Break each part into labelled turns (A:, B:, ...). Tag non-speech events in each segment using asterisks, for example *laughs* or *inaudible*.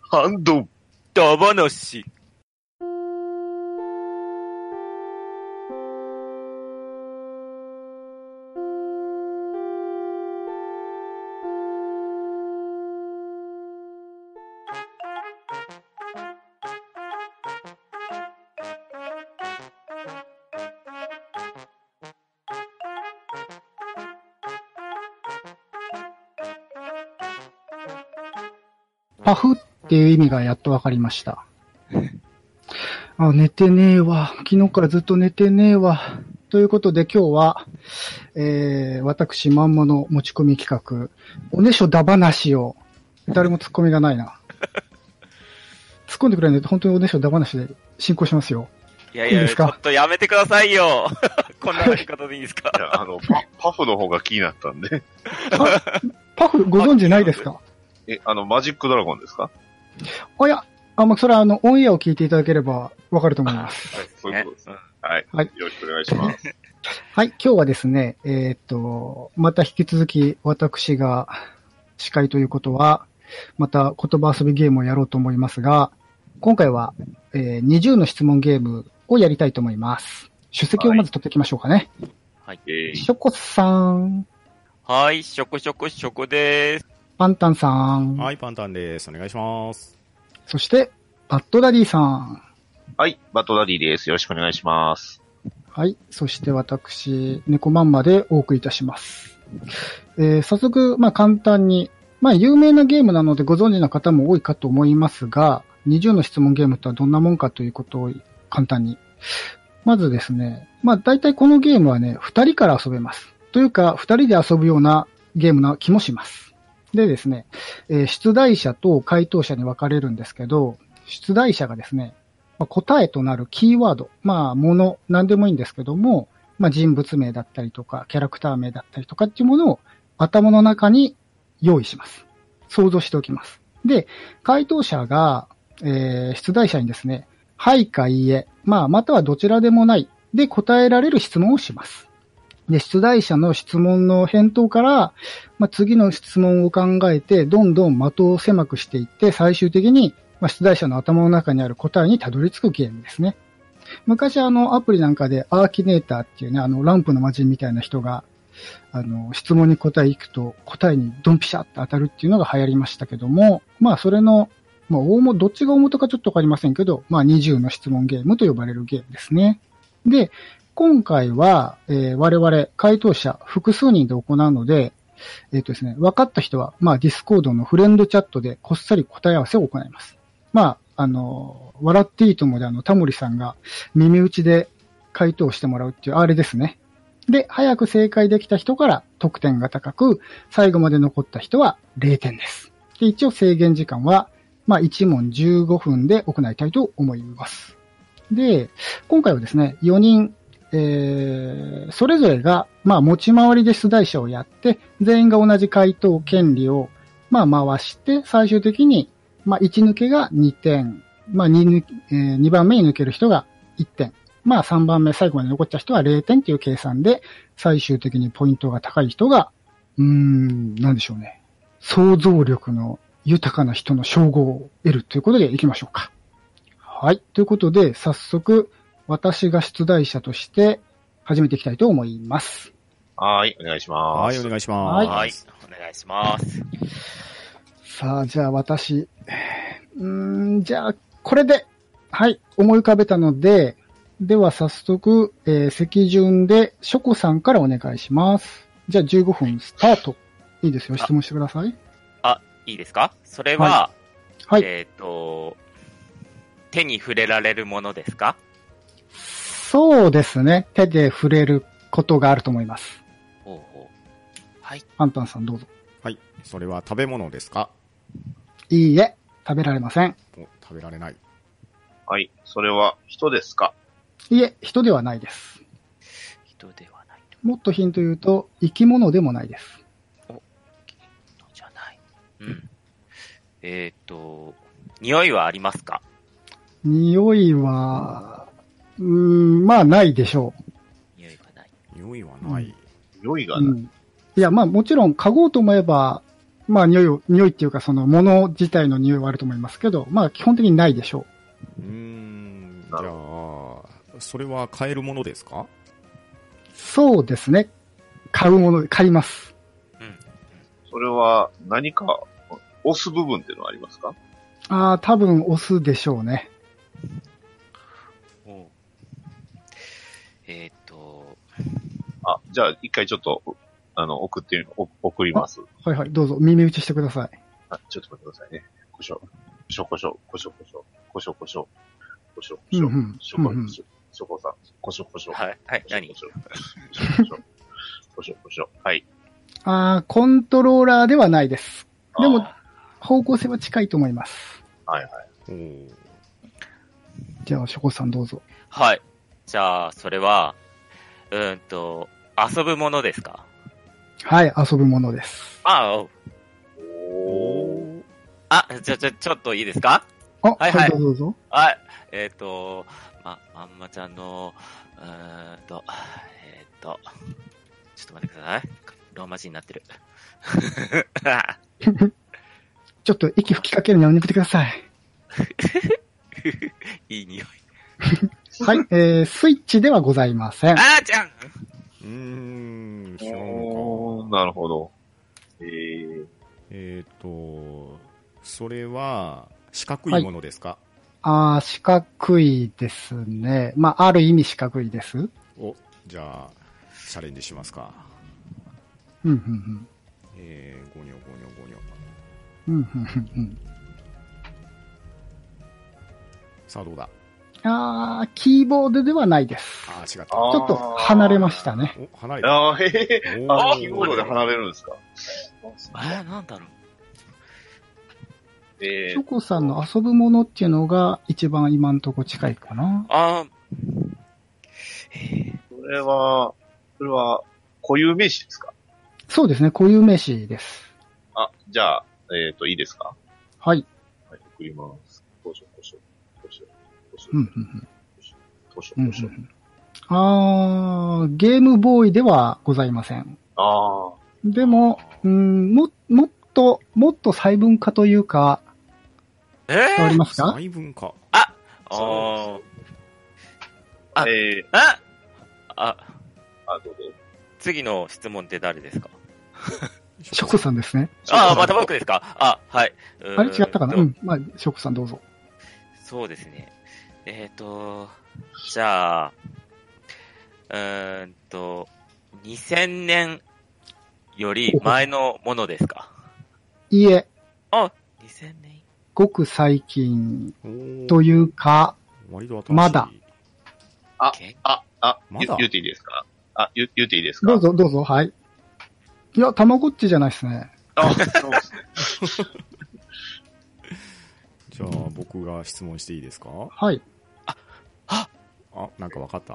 A: ハンド、ダバナシ。
B: パフっていう意味がやっとわかりました。あ、寝てねえわ。昨日からずっと寝てねえわ。ということで今日は、えー、私まんまの持ち込み企画、おねしょだ話を、誰も突っ込みがないな。突っ込んでくれないと本当におねしょだ話で進行しますよ。
A: いや
B: いいです
A: ちょ
B: か
A: っとやめてくださいよ。こんなやり方でいいですか
C: いや、あの、パパフの方が気になったんで。
B: パフご存知ないですか
C: *laughs* え、あの、マジックドラゴンですか
B: あ、いや、あ、まあ、それはあの、オンエアを聞いていただければわかると思います。
C: はい、そういうことですね。
A: ね
C: はい。
B: はい
C: よろしくお願いします。
B: はい、今日はですね、えーっと、また引き続き私が司会ということは、また言葉遊びゲームをやろうと思いますが、今回は、えー20の質問ゲームをやりたいと思います。主席をまず取っていきましょうかね。
C: えー
B: ショコさん、
A: はい、しょこしょこしょこでーす。
B: パンタンさん、
D: はい、パンタンです。お願いします。
B: そして、バッドダディさん、
C: *laughs* はい、バトダディです。よろしくお願いします。
B: はい。そして私、猫まんまでお送りいたします。えー早速、まあ簡単に、まあ有名なゲームなのでご存知の方も多いかと思いますが、20の質問ゲームとはどんなもんかということを簡単に。まずですね、まあ大体このゲームはね、2人から遊べます。というか、2人で遊ぶようなゲームな気もします。でですね、えー出題者と回答者に分かれるんですけど、出題者がですね、まあ答えとなるキーワード、まあ、もの、何でもいいんですけども、まあ、人物名だったりとか、キャラクター名だったりとかっていうものを頭の中に用意します。想像しておきます。で、回答者が、えー、出題者にですね、はいかいいえ、まあ、またはどちらでもない、で答えられる質問をします。で、出題者の質問の返答から、まあ、次の質問を考えて、どんどん的を狭くしていって、最終的に、まあ、出題者の頭の中にある答えにたどり着くゲームですね。昔あのアプリなんかでアーキネーターっていうね、あのランプの魔人みたいな人が、あの、質問に答えいくと答えにドンピシャって当たるっていうのが流行りましたけども、まあそれの、まあ大元、どっちが大元かちょっとわかりませんけど、まあ20の質問ゲームと呼ばれるゲームですね。で、今回は、えー我々回答者複数人で行うので、えっ、とですね、分かった人は、まあディスコードのフレンドチャットでこっそり答え合わせを行います。まあ、あの、笑っていいともで、あの、タモリさんが耳打ちで回答してもらうっていう、あれですね。で、早く正解できた人から得点が高く、最後まで残った人は0点です。で、一応制限時間は、まあ、1問15分で行いたいと思います。で、今回はですね、4人、えー、それぞれが、まあ、持ち回りで出題者をやって、全員が同じ回答権利を、まあ、回して、最終的にまあ、1抜けが2点。まあ、2抜け、えー2番目に抜ける人が1点。まあ、3番目、最後まで残った人は0点っていう計算で、最終的にポイントが高い人が、うーん、なんでしょうね。想像力の豊かな人の称号を得るということでいきましょうか。はい。ということで、早速、私が出題者として始めていきたいと思います。
C: はい、お願いしま
D: は
C: す。
D: い、お
C: い、
D: 願いしま
B: は
D: す。
B: い
A: はい、お願いします。
B: さあ、じゃあ私、うーん、じゃあ、これで、はい、思い浮かべたので、では早速、えー、席順で、ショコさんからお願いします。じゃあ15分スタート。いいですよ、質問してください。
A: いいですかそれは、
B: はいはい
A: えっ、と、手に触れられるものですか
B: そうですね、手で触れることがあると思います。
A: ほうほう。はい。
B: パンタンさんどうぞ。
D: はい、それは食べ物ですか
B: いいえ、食べられません。
D: お、食べられない。
C: はい、それは人ですか
B: いいえ、人ではないです。
A: 人ではないと
B: もっとヒント言うと、生き物でもないです。
A: のじゃない。うん。えっ、と、匂いはありますか
B: 匂いは、うーん、まあないでしょう。
A: 匂いがない。
D: 匂いはない。
C: 匂いが
B: う
C: ない。
B: ん、いや、まあもちろん嗅ごうと思えばまあ、匂いを、匂いっていうか、その、物自体の匂いはあると思いますけど、まあ、基本的にないでしょ
D: うーん、じ
C: な
D: ゃあ
C: る、
D: それは買えるものですか
B: う。そうですね。買うもの、買います。
C: それは何か押す部分っていうのはありますか
B: ああ、多分押すでしょうね。
A: おうえーっと、
C: あ、じゃあ一回ちょっと、あの、送ってみ、お送ります。
B: はいはい、どうぞ、耳打ちしてください。
C: あ、ちょっと待ってくださいね。こしょ、こしょこしょ、こしょこしょ、こしょこしょ、こしょこ
B: う
C: し
B: んう
C: ょ、
B: ん
C: しょ
B: う
C: こ
B: んうん
C: しょ、しょこさん、こしょこしょ、
A: はい、はい、何
C: こしょこしょ、こしょこしょ、はい。
B: ああ、コントローラーではないです。でも
C: あ、
B: 方向性は近いと思います。
C: はいはい。
D: おー
B: じゃあ、ショコさんどうぞ。
A: はい。じゃあ、それは、うーんと、遊ぶものですか
B: はい、遊ぶものです。
A: ああ、おう
C: おー。
A: あ、ちょ、ちょ、ちょっといいですか
B: あ、は、
A: はいいはい
B: どうぞどうぞ。
A: はい。えっ、と、ま、まんまちゃんの、うーんと、えっ、と、ちょっと待ってください。ローマ字になってる。 *laughs*
B: ちょっと息吹きかけるのやめてください。
A: いい匂い。
B: はい、えー、スイッチではございません。
A: あーちゃん
D: うーん、違うの
C: お
D: か。
C: ーなるほど。えー、
D: えっ、と、それは、四角いものですか、
B: あー、四角いですね。まあ、ある意味四角いです。うん、
D: お、じゃあ、チャレンジしますか。
B: うん、うん。
D: えー、ごにょごにょごにょ。
B: うん、うん、うん
D: さあ、どうだ
B: うん。あー、キーボードではないです。
D: あー、違っ
C: あ
B: ち
D: た。
B: ょっと離れまし。たね。
D: お、離れた。
C: あー、へへへ。あ
D: おー
C: ー、キーボードで離れるんですか
A: あれなんだろう
C: え
B: シ
C: ー
B: ョ、コさんの遊ぶものっていうのが一番今んとこ近いかな。
A: あーえー
C: これは、これは、固有名詞ですか
B: そうですね、固有名詞です。
C: あ、じゃあ、えっ、と、いいですか
B: はい。
C: はい、送ります。どうしよう、どうしよう、どうしよう、どうしよ
B: う
C: う、
B: ん、うん、
C: どうしよ
B: う
C: う、
B: ん。
C: ど
B: うん
C: うし
B: う
C: よう。
B: んあー、ゲームボーイではございません。
C: あ
B: でも、うん、も、もっと、もっと細分化というか、
A: え
B: 伝わり
A: ー、
B: ますか
D: 細分化。
A: あーあ
C: あ、えー、
A: ああ、
C: あ、どうぞ。
A: 次の質問って誰ですか
B: ショコさんですね。
A: ああ、また僕ですかあ、はい。うーん
B: あれ違ったかな
A: と
B: うん。まあ、ショコさんどうぞ。
A: そうですね。えっ、と、じゃあ、うーんと、2000年より前のものですか。
B: いいえ、
A: あ、2000年
B: ごく最近
D: おー
B: というか、
D: 割と新しい
B: まだ。
A: 系
C: あ、あ、
D: ま
C: ゆ
D: だ
C: 言っていいですかあ、ゆ言っていいですか
B: どう。ぞどうぞ、はい。いや、たまごっちじゃないですね。
C: あ、そうですね。
D: じゃあ、僕が質問していいですか
B: はい。
D: あ、なんかわかった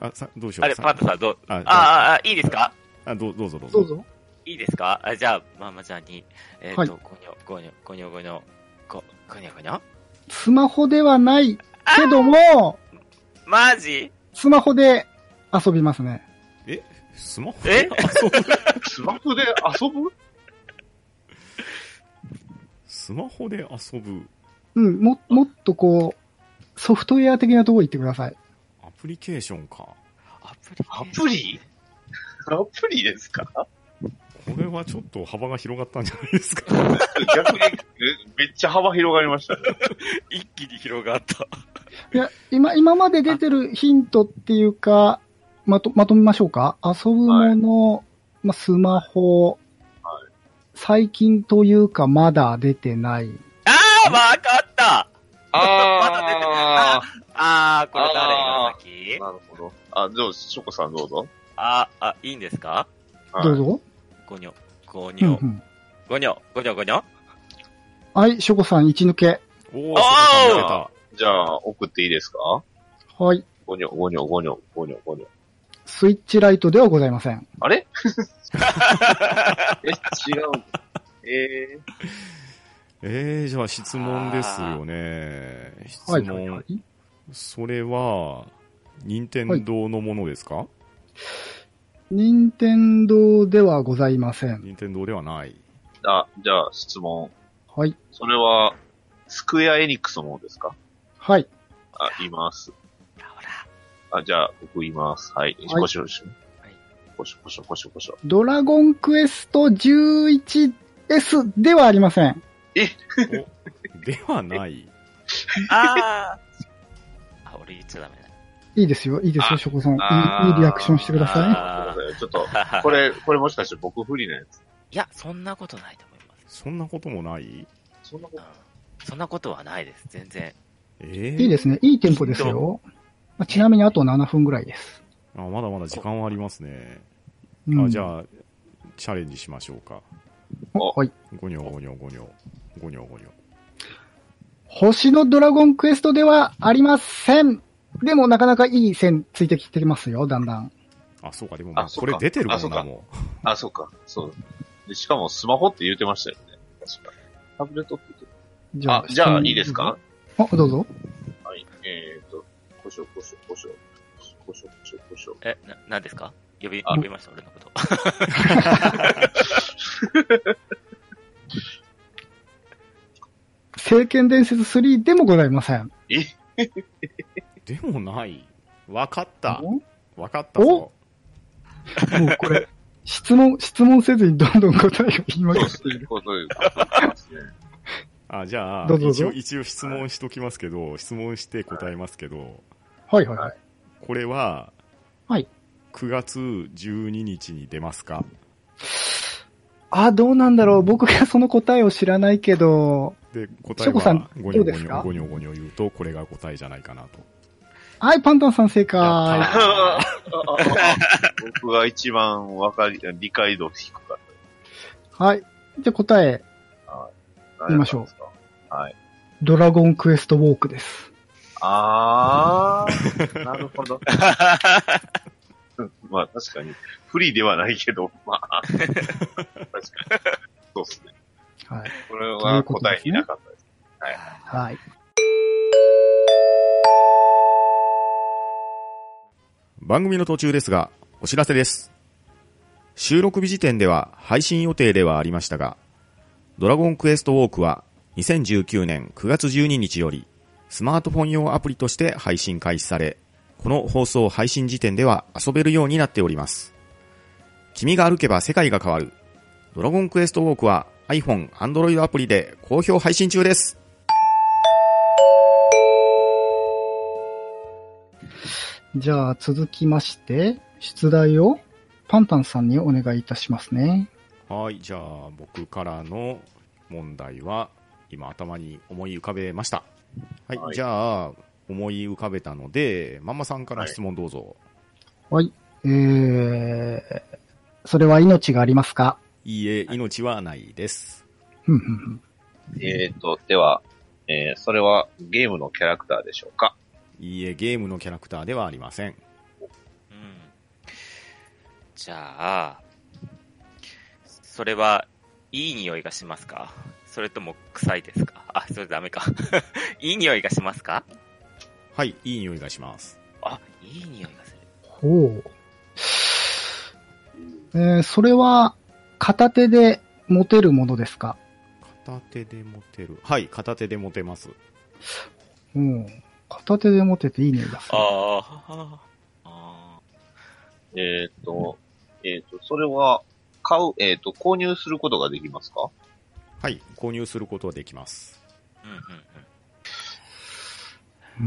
D: あ、さ、どうしよう。
A: あれ、
D: さ
A: パンダさんどう、
D: あ、
A: あ
D: あ、
A: ーあー、いいですか
D: あどうどうぞどうぞ。
B: どうぞ。
A: いいですかあじゃあ、ママちゃんに、えっ、
B: はい
A: と、ごにょ、ごにょ、ごにょごにょ、ご、ごにょごにょ
B: スマホではないけども、
A: マジ
B: スマホで遊びますね。
D: スマホ
A: え
C: スマホで遊ぶ
D: *laughs* スマホで遊ぶ
B: うん、も、もっとこう、ソフトウェア的なとこ行ってください。
D: アプリケーションか。
A: アプリ
C: アプリアプリですか
D: これはちょっと幅が広がったんじゃないですか。
C: 逆に、えめっちゃ幅広がりましたね。
A: 一気に広がった。
B: いや、今、今まで出てるヒントっていうか、まと、まとめましょうか。遊ぶもの、まあ、スマホ、最近というか、まだ出てない。
A: *laughs* あー、わかった
C: あ
A: あー、これ誰が
C: ー
A: 先
C: なるほど。あ、どうぞ、ショコさんどうぞ。
A: あー、あ、いいんですか
C: はい
B: どうぞ。
A: ごにょ、ごに
B: うんう
A: ょ、
B: ん。
A: ごにょ、ごにょ、ごにょ。
B: はい、ショコさん、位置抜け。
D: お
A: おー
D: そうか
C: じゃあ、送っていいですか
B: はい。
C: ごにょ、ごにょ、ごにょ、ごにょ、ごにょ。
B: スイッチライトではございません。
C: あれ *laughs* え、違う。え
D: えー、じゃあ質問ですよね。質
B: はい。
D: 問。
B: はい
D: それは、任天堂のものですか、
B: 任天堂ではございません。
D: 任天堂ではない。
C: ー、あ、じゃあ質問。
B: はい。
C: それは、スクエアエニックスのものですか
B: はい。
C: あ、言います。
A: ほらほら。
C: あ、じゃあ、僕言います。はい。
B: はい
C: ごしょごしょ。
A: はい
C: ごしょごしょごしょごしょ。
B: ドラゴンクエスト 11S ではありません。
D: ではない。
A: あー。 *laughs* あ、俺言っちゃダメ
B: いいですよ。いいですよ、
C: あ
B: ショコさん。い
C: あー
B: いいいリアクションしてください。
A: あー
C: ごめんなさいちょっと、
A: だ。
C: こ。れ、これもしかして僕不利なやつ。
A: いや、そんなことないと思います。
D: そんなこともない
C: そんなこ
A: う
C: と
A: んそんなことはないです。全然。
D: ええ
B: いいですね。いいテンポですよ。まあちなみにあと7分ぐらいです。
D: あまだまだ時間はありますね。
B: うん
D: あじゃあ、チャレンジしましょうか。
B: おはい。
D: ごにょごにょごにょ。ごにょごにょ。
B: 星のドラゴンクエストではありません。でもなかなかいい線ついてきてますよ、だんだん。
D: あ、そうか、でも、まあ、
C: あそうか
D: これ出てるも
C: あそ
D: ん
C: うか
D: な、も
C: あ、そうか。そう。でしかもスマホって言うてましたよね。確か。タブレットって言ってた
B: じ
C: あ、じゃあいいですか
B: あ、どうぞ。
C: はい。えーと、こしょこしょこしょ。こしょこしょこしょ。
A: え、な、なんですか呼び、
C: あ
A: 呼びました、俺のこと。 *laughs*
B: 聖剣伝説3でもございません。
D: う。でもない。わかった。
B: も
D: わかったぞ。
B: うもうこれ、 *laughs* 質問、質問せずにどんどん答えを言いま
C: そう
B: く
C: で
B: っ
C: す
B: てい
C: ね。
B: る。
C: こということですね。
D: あ、じゃあ、
B: どうぞどう
D: 一
B: ぞ
D: 応、一応質問しときますけど、質問して答えますけど、
B: はいはいはい。
D: これは、
B: はい。
D: 9月12日に出ますか
B: あ、どうなんだろう。僕がその答えを知らないけど、
D: で、答
B: ショ
D: え
B: コさん
D: は、ごにょ
B: どうで
D: ごに
B: す
D: ょ、
B: か
D: ごにょごにょ言うと、これが答えじゃないかなと。
B: はい、パンタンさん正
D: や
B: 解
D: っ。
C: ああああ *laughs* 僕が一番わかり、理解度低かっ
B: はい。じゃあ答え、
C: た。
B: 言いましょう
C: う。はい。
B: ドラゴンクエストウォークです。
C: あ *laughs* ー、なるほど。まあ確かに、不利ではないけど、ま *laughs* あ、確かに。そうですね。
B: はい。
C: これは答えになかったです。
B: はい。
D: 番組の途中ですが、お知らせです。収録日時点では配信予定ではありましたが、ドラゴンクエストウォークは2019年9月12日よりスマートフォン用アプリとして配信開始され、この放送配信時点では遊べるようになっております。君が歩けば世界が変わる。ドラゴンクエストウォークは iPhone、Android アプリで好評配信中です。
B: じゃあ続きまして、出題をパンタンさんにお願いいたしますね。
D: はい、じゃあ僕からの問題は今頭に思い浮かべました。はい、
C: はい
D: じゃあ思い浮かべたので、マンマさんから質問どうぞ。
B: えー、それは命がありますか
D: い、いえ、命はないです。
B: ふんふんふん
C: えーと、では、えー、それはゲームのキャラクターでしょうか
D: いいえ、ゲームのキャラクターではありません。
A: うん。じゃあ、それは、いい匂いがしますかそれとも臭いですかあ、それダメか。 *laughs* いい匂いがしますか
D: はい、いい匂いがします。
A: あ、いい匂いがする。
B: ほう。えー、それは片手で持てるものですか
D: 片手で持てる。はい、片手で持てます。
B: うん。片手で持てていい匂いがする。
A: ああ。
C: えーと、えーと、それは、買う、えーと、購入することができますか
D: はい、購入することはできます。
A: うん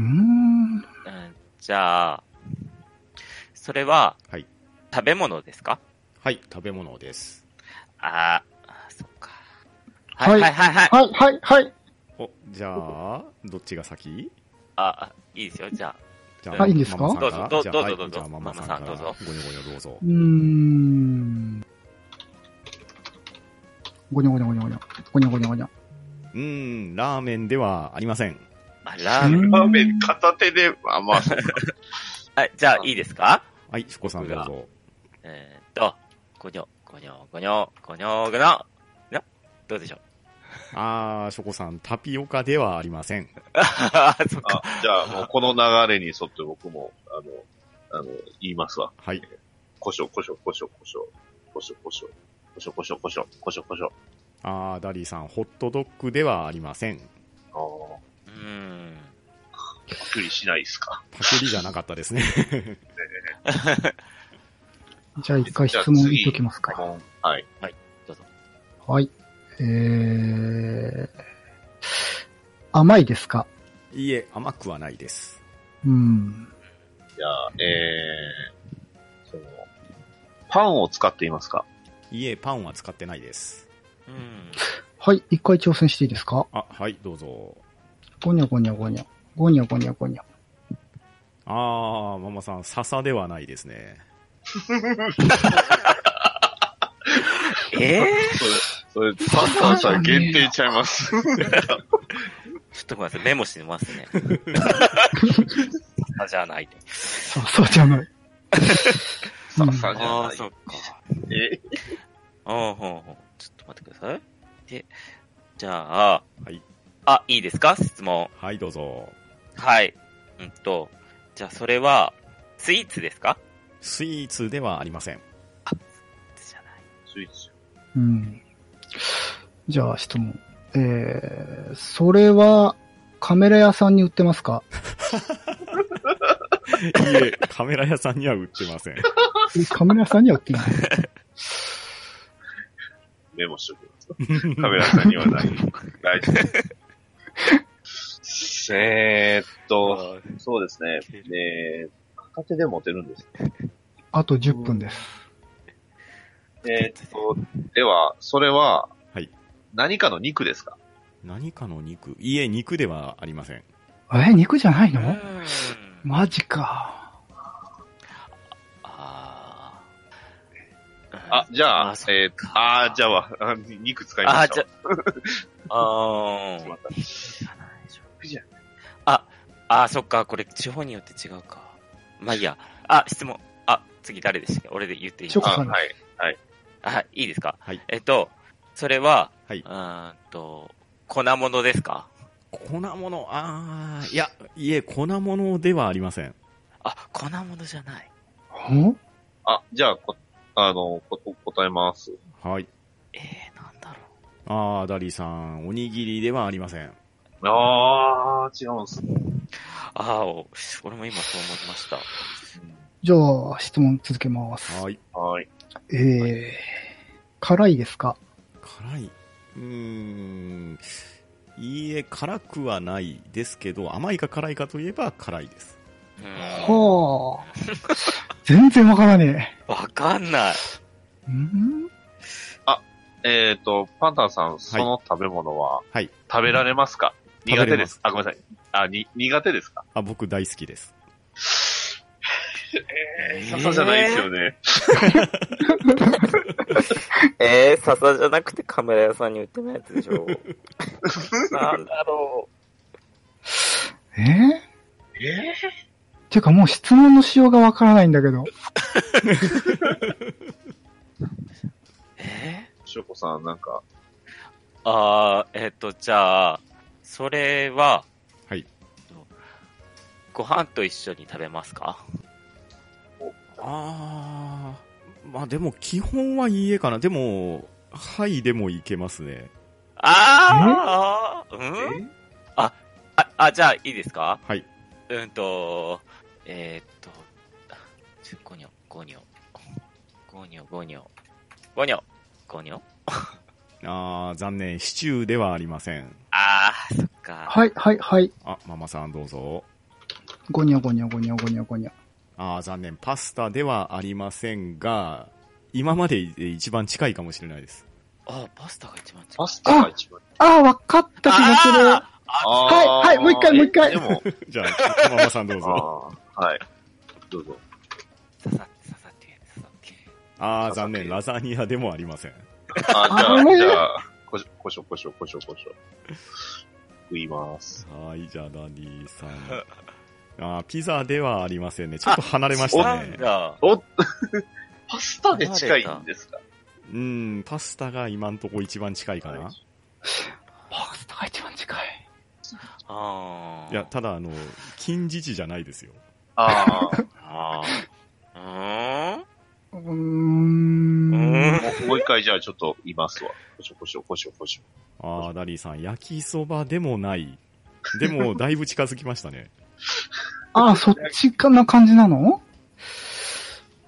A: うんうん。
B: うーん。
A: うんじゃあ、それは、
D: はい
A: 食べ物ですか
D: はい、食べ物です。
A: あーあー、そっか。
B: は
A: はいいはいはいはい。
B: はい、はい、はい。
D: お、じゃあ、どっちが先
A: あ、あいいですよ。じゃあ、
D: じゃ
A: あいい
B: んですか
D: マンマさん
A: どうぞ
D: からじゃあ
A: どうぞどうぞ
D: はいじゃあマンマさん
A: マンマさ
D: から
A: んどうぞ
D: ごにょごにょどうぞ
B: う。ーん。ごにょごにょごにょごにょ。ごにょごにょごにょ。
D: うーん、ラーメンではありません。
A: あラーメン。
B: うん
C: ラーメン片手で、まあまあ、そうか
A: あじゃあ、いいですか
D: はい、シコさんどう
A: 僕
D: ぞ。
A: えーっと、ごにょ、ごにょ、ごにょ、ごにょ、ごにょ、などうでしょう *laughs*
D: あー、ショコさん、タピオカではありません。
A: あーそっ
C: *laughs* あ
A: か。
C: じゃあ、もうこの流れに沿って僕も、あの、あの、言いますわ。
D: はい。
C: こしょこしょこしょこしょ。こしょこしょ。こしょこしょこしょこしょこしょこしょ。
D: あー、ダリーさん、ホットドッグではありません。
C: あー
A: うん。
C: パクリしないですか。
D: パクリじゃなかったですね。
B: じゃあ一回質問いっときますか。
C: はい。
B: はい。えー、甘いですか
D: いいえ、甘くはないです。
B: うん。
C: じゃあ、えー、その、パンを使っていますか
D: いいえ、パンは使ってないです。
A: うん。
B: はい、一回挑戦していいですか
D: あ、はい、どうぞ。
B: ゴニョゴニョゴニョ。ゴニョゴニョゴニョ。
D: あー、ママさん、笹ではないですね。
A: えー、 *laughs*
C: それ、パンパンさん限定ちゃいます。
A: ちょっとごめんなさい、メモしてますね。あ、じゃあない。
B: そう、そうじゃない。う
C: さ
B: ん
C: さじゃ
A: あ
C: な
A: あ、
C: い
A: そっか。
C: え
A: ああ、ほんほん。ちょっと待ってください。え、じゃあ、
D: はい。
A: あ、いいですか質問。
D: はい、どうぞ。
A: はい。うんと、じゃあそれは、スイーツですか
D: スイーツではありません。
A: じゃない。
C: スイーツ。
B: うん。じゃあ質問。えー、それはカメラ屋さんに売ってますか
D: いいえ、カメラ屋さんには売ってません。
B: えカメラ屋さんには売ってない。
C: メモしておきます。カメラさんには *laughs* ない。大丈夫。えーっと、そうですね。えー、片手で持てるんです。
B: あと10分です。
C: えーっと、では、それは、
D: はい
C: 何かの肉ですか
D: 何かの肉いいえ、肉ではありません。
B: え、肉じゃないうの
A: ん。
B: マジか。
A: あー
C: あ、じゃあ、
A: あそっか
C: えーっと、あー、じゃあ、あ *laughs* 肉使いましょう。
A: あ、じゃあ、
C: *laughs*
A: あ
C: しま
A: ー
C: ったじゃ
A: あ、あー、そっか、これ地方によって違うか。まあいいや。あ、質問。あ、次誰でしたっけ俺で言っていい
B: チョ
A: の
B: コ
C: あ、
B: さん
C: はい。
A: あ、いいですか
D: はい
A: えっと、それは、
D: はい。
A: うーんと、粉物ですか
D: 粉物、あー、いや、いいえ、粉物ではありません。
A: あ、粉物じゃない。
B: ほ
C: あ、じゃあ、こあの、こ答えます。
D: はい。
A: えー、なんだろ
D: あー、ダリーさん、おにぎりではありません。
C: あー、違うんすね。
A: う。ああ、お俺も今そう思いました。
B: じゃあ質問続けます。
D: はい。
C: はい。
B: えー、辛いですか
D: 辛い。うーん。いいえ、辛くはないですけど、甘いか辛いかといえば辛いです。
A: う
B: ほー。全然わからね
A: ん。わかんない。
B: え。ん
C: えっ、と、パンタンさん、その食べ物は、
D: はい
C: 食べられますか
D: べ
C: 苦
D: れ
C: 手
D: ま
C: ですす。あ、ごめんなさい。あ、に、苦手ですか
D: あ、僕大好きです。
A: えー
C: 笹じゃないですよね。
A: えー、笹じゃなくてカメラ屋さんに売ってないやつでし
C: *laughs*
A: ょ。なんだろ
B: えー、ていうかもう質問のしようがわからないんだけど。
A: う。え
C: しょこさん、なんか、
A: ー、あー、えっ、と、じゃあ、それは、
D: はい。
A: ご飯と一緒に食べますか
D: あー、まあでも基本はいいえかな。でも、はいでもいけますね。
A: あー、うん
C: え
A: あ、あ、じゃあ、いいですか
D: はい。
A: うんと、えー、っと、ちょゴニョ、ゴニョ、ゴニョ、ゴニョ、ゴニョ、ゴニョ
D: あー、残念。シチューではありません。
A: あー、そっか。
B: はい、はい、はい。
D: あ、ママさんどうぞ。
B: ゴニョゴニョゴニョゴニョゴニョ。
D: あー、残念。パスタではありませんが、今までで一番近いかもしれないです。 *laughs*
A: あ、パスタが一番近い。
C: パスタが一番。
B: ああ、わかった気がする。
A: あ
C: あー
B: はいはいもう一回もう一回
C: えでも、
D: じゃあ、ママさんどうぞ。
C: あーはい。どうぞ。
A: 刺さって、刺さって、刺さって。
D: あー、残念。ラザニアでもありません。
C: あ、
B: あ
C: じゃ
B: れ
C: あ、じゃあ、こしょ、こしょ、こしょ、こしょ、こしょ。食います。
D: はい、じゃあ、ダディさん。あーピザではありませんね。ちょっと離れまし
A: な
D: た
A: ん
D: ね。
A: だ。
C: おっパスタで近いんですか
D: うん、パスタが今んとこ一番近いかな。
B: パスタが一番近い。
A: あー。
D: いや、ただ、あの、近似値じゃないですよ。
C: ああ。
A: あー。う
B: うー
A: ーんうー
B: ん。
A: ん。
C: もうもう一回じゃあちょっといますわ。こしょこしょこしょこしょ。
D: ああ、ダリーさん、焼きそばでもない。でも、だいぶ近づきましたね。
B: ああ、そっちかな感じなの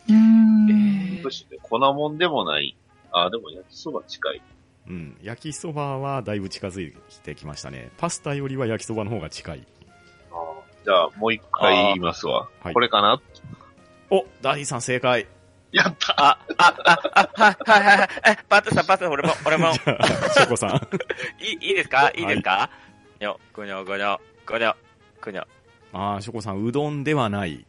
B: うーん。
C: そして粉もんでもない。あ、でも焼きそば近い。
D: うん。焼きそばはだいぶ近づいてきましたね。パスタよりは焼きそばの方が近い。
C: あーじゃあもう一回言いますわ。
D: ーはい
C: これかな
D: お、ダリーさん正解。 *laughs*
C: やった
A: あ、あ、あ、あ、はい、はい、はい、え、パットさん、パットさん、俺も、俺も
D: じ、ゃあ、ショコさん。
A: いい、いいですかいいですかにょ、ぐにょ、ぐにょ、ぐにょ、ぐにょ。
D: ああ、ショコさん、うどんではない。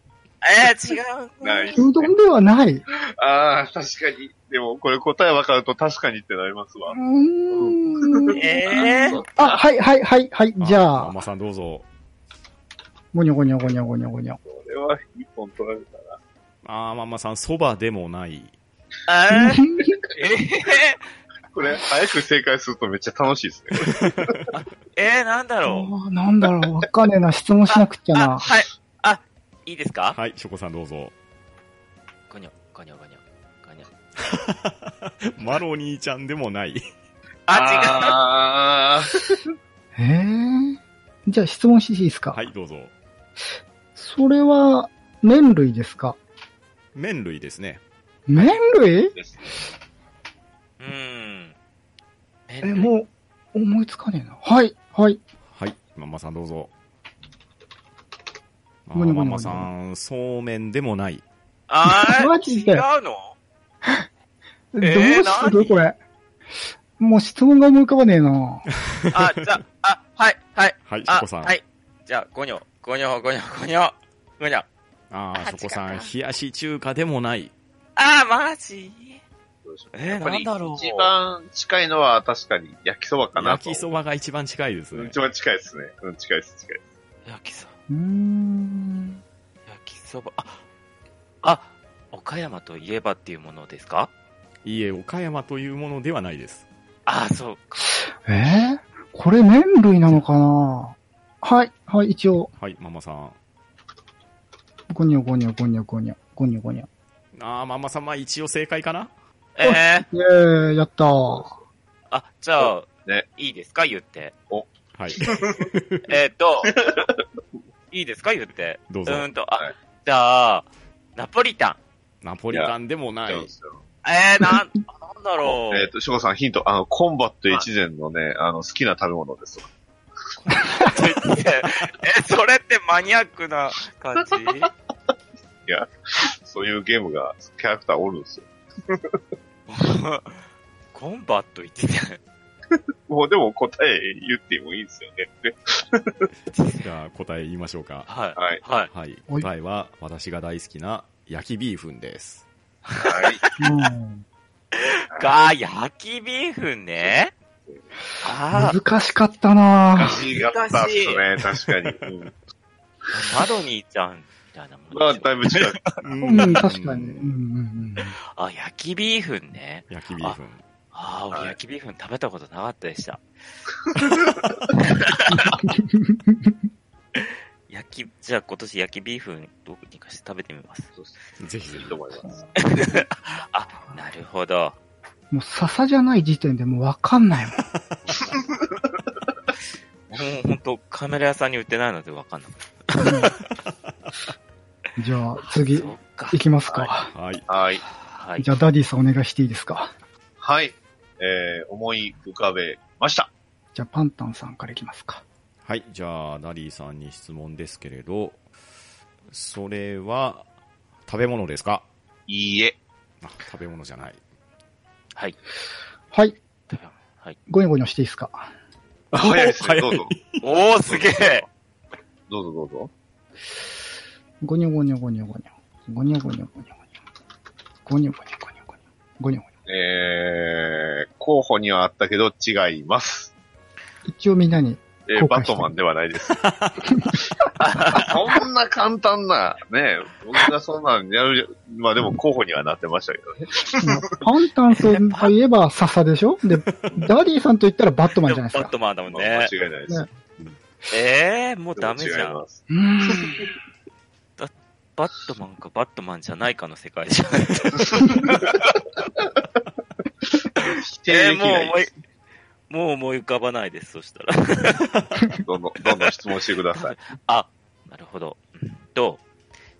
A: えー、違う。
C: ないう
B: どんではない。う
C: ああ、確かに。でも、これ答え分かると確かにってなりますわ
B: ー。ん。
A: えー、
B: あ、はいはいはいはい。じゃ
D: マ
B: あ、
D: マさんどうぞ。
B: ごにょごにょごにょごにょごにょ。
C: これは一本取られたな。
D: ああ、ママさん、そばでもない。
A: あー
C: これ、早く正解するとめっちゃ楽しいですね。
A: えー、えー、なんだろう。
B: *laughs* あーなんだろう、わかんねえな。質問しなくちゃ
A: あ、
B: な。
A: はい、あ、いいですか
D: はい、ショコさんどうぞ。
A: ぐにょ、ぐにょ、ぐにょ、ぐにょ。
D: マロニーちゃんでもない。
B: *laughs*
A: あ、違う。
C: あー
B: えー、じゃあ質問していいですか、
D: はい、どうぞ。
B: それは、麺類ですか
D: 麺類ですね。
B: 麺類
C: ですね
A: うーん。
B: え、もう、思いつかねえな。はい、はい。
D: はい、ママさんどうぞ。あー
B: ごにょごにょご
D: マ
B: にょ
D: マさん、そうめんでもない。
A: あー、
B: マジで
A: 違うの
B: どう
A: えー
B: する
A: 何
B: これ。もう質問が思い浮かばねえな。
A: あ、じゃあ、あ、はい、はい、
D: はい、ショ
A: あ
D: コ、さん。
A: はい。じゃあ、ごにょ、ごにょ、ごにょ、ごにょ、ごにょ。
D: ああ、
A: あ
D: ショコさ
A: 違
D: ん
A: うか、
D: 冷やし中華でもない。
A: あー、マジ
C: どうしよう
A: えー、
C: やっぱ
A: な
C: り
A: んだろう。
C: 一番近いのは確かに焼きそばかな
D: 焼きそばが一番近いです
C: ば。うん
D: ね
C: 一。番近いですね。うん、近いです、近いです。
A: 焼きそば、
B: うーん。
A: 焼きそば、あ、あ、岡山といえばっていうものですか
D: いいえ、岡山というものではないです。
A: あー、そうか。
B: えー、これ麺類なのかなはい、はい、一応、
D: はい、ママさん。
B: ごにょごにょごにょごにょ、ごにょごにょ。
D: ああ、ママさん、まあ一応正解かな
A: えー、
B: えー、やったー。
A: あ、じゃあ、
C: ね
A: いいですか
C: *laughs*
A: 言って。
D: はい、
A: えっ、ー、と、いいですか言って。
D: どう
A: う
D: ぞ。
A: ーんと、あ、
C: はい
A: じゃあ、ナポリタ
D: ナポリタンでもない。
C: そうそう
A: ン。えー、なん、なんだろ
C: *laughs*
A: う。
C: えっ、と、しょうさんヒント、あの、コンバット越前のね、あの、好きな食べ物ですわ。
A: *laughs* え、それってマニアックな感じ
C: そういうゲームが、キャラクターおるんですよ。
A: コンバット一年。
C: もうでも答え言ってもいいですよね。で
D: じゃあ答え言いましょうか。
A: はい。
C: はい。
A: はい。
D: は
B: は
D: い、
B: い
D: 答えは私が大好きな焼きビーフンです。
C: はい。
B: うん、
A: が、焼きビーフ
C: *laughs*
A: ンね。ああ、
B: 難しかったなー。
C: 難しかったっすね、確かに。うん
A: マロニーちゃんみたいなも
C: まあ、
A: んでし
C: だいぶ近い。
B: うん、確かに。うんうんうん、
A: ょ。あ、焼きビーフンね。
D: 焼きビーフン。
A: ああ、
C: は
A: 俺
C: い
A: 焼きビーフン食べたことなかった
C: *laughs*
A: でした。焼き、じゃあ今年焼きビーフンどうにかして食べてみます。
D: ぜひぜひ
C: いい。と思います。
A: あ、なるほど。
B: もう笹じゃない時点でもうわかんないもん。
A: もう本当カメラ屋さんに売ってないのでわかんなくて。
B: じゃあ、次
A: そ、っか
B: い。きますか。
D: はい。
C: はい。
A: はい。
B: じゃあ、ダディさんお願いしていいですか
C: はい。えー、思い浮かべました。
B: じゃあ、パンタンさんからいきますか。
D: はい、じゃあ、ダリーさんに質問ですけれど、それは、食べ物ですか
C: いいえ。
D: あ、食べ物じゃない。
A: はい。
B: はい、
A: はい。
B: ごにょごにょしていいですか
C: 早いですね。どうぞ。
A: おー、すげえ
C: どうぞどうぞ。
B: ごにょごにょごにょごにょ。ごにょごにょごにょごにょ。ごにょごにょごにょごにょ。ごにょごにょ。
C: えー、候補にはあったけど違います。
B: 一応みんなに、
C: え
B: 後
C: ー、
B: 悔
C: バ
B: し
C: ト
B: てる
C: マンではないです。そんな簡単な、ね、僕がそんなんやる、まあでも候補にはなってましたけどね。
B: パンタンさんといえば笹でしょで、ダディさんと言ったらバットマンじゃないです
A: バッ
B: か。
A: トマンだもん
C: まあ間
A: ね。
C: 違いないです。
B: ね
A: えー、もう
C: でも
A: ダメじゃ
C: 違い
A: ん。
C: ます
B: うーん。
A: バッ
C: *laughs*
A: トマンかバットマンじゃないかの世界じゃん。
C: 否定できない
A: もう思
C: で
A: い
C: す。、
A: もう思い浮かばないです、そしたら。
C: どんどん、どんどん質問してください。
A: あ、なるほど。うんと、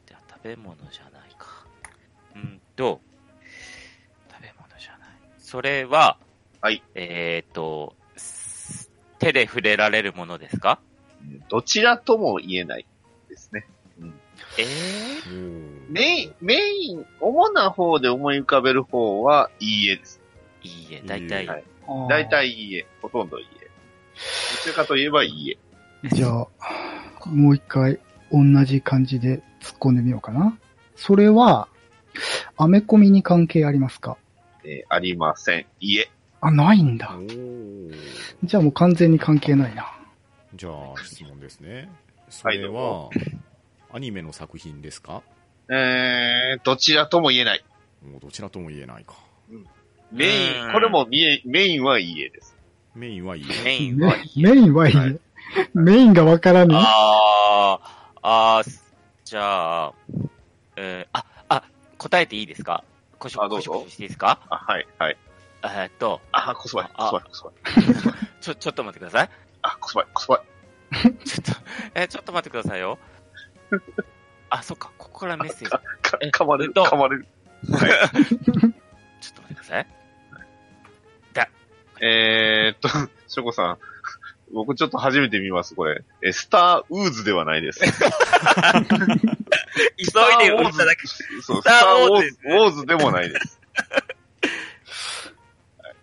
A: じゃあ食べ物じゃないか。うんと、食べ物じゃない。それは、
C: はい。
A: えっ、と、す手で触れられるものですか
C: どちらとも言えないですね。
A: ええ
C: メイン、メイン、主な方で思い浮かべる方は、いいえです。
A: いいえ、だいたい。
C: はい
B: あー
C: 大体いいえ。ほとんどいいえ。どちらかといえばいいえ。
B: じゃあ、もう一回同じ感じで突っ込んでみようかな。それは、アメコミに関係ありますか
C: えーありません。いいえ。
B: あ、ないんだ。じゃあもう完全に関係ないな。
D: じゃあ、質問ですね。それは、アニメの作品ですか
C: えー、どちらとも言えない。
D: もうどちらとも言えないか。
C: メイ
A: う
C: ン、
A: ん
C: これもみえメインはいいえです。
D: メインはいい。
A: メイン
B: メ
A: は、
B: メインはいい
C: は
B: ね。メインがわからね
A: あー、あー、すじゃあ、えー、あ、あ、答えていいですかコシ
C: あ
A: ョ
C: どう
A: コ
C: ぞ
A: ショコショしていいですか
C: あ、はい、はい。
A: えーっと、
C: あ、こそばい、こ
A: あ
C: そばい、こそばい。
A: ちょ、ちょっと待ってください。
C: あ、こそばい、こそばい。
A: ちょっと、えーちょっと待ってください *laughs* よ。あ、そっか、ここからメッセージ。ちょっ
C: か
A: え、
C: 噛まれ
A: え
C: る、
A: っと
C: 噛まれる。
A: と待ってください。
C: えーっと、 *laughs* しょこさん。僕ちょっと初めて見ます、これ。え、スターウーズではないです。
A: *laughs* 急
C: スター
A: いで
C: ウォー
A: 打っ
C: ズ
A: ただけ。
C: そう、ス
A: スタ
C: タ
A: ー
C: ー
A: ウ
C: ウ
A: ォ
C: ォ
A: ー
C: ー
A: ズ
C: ズ、ウォーズでもないです。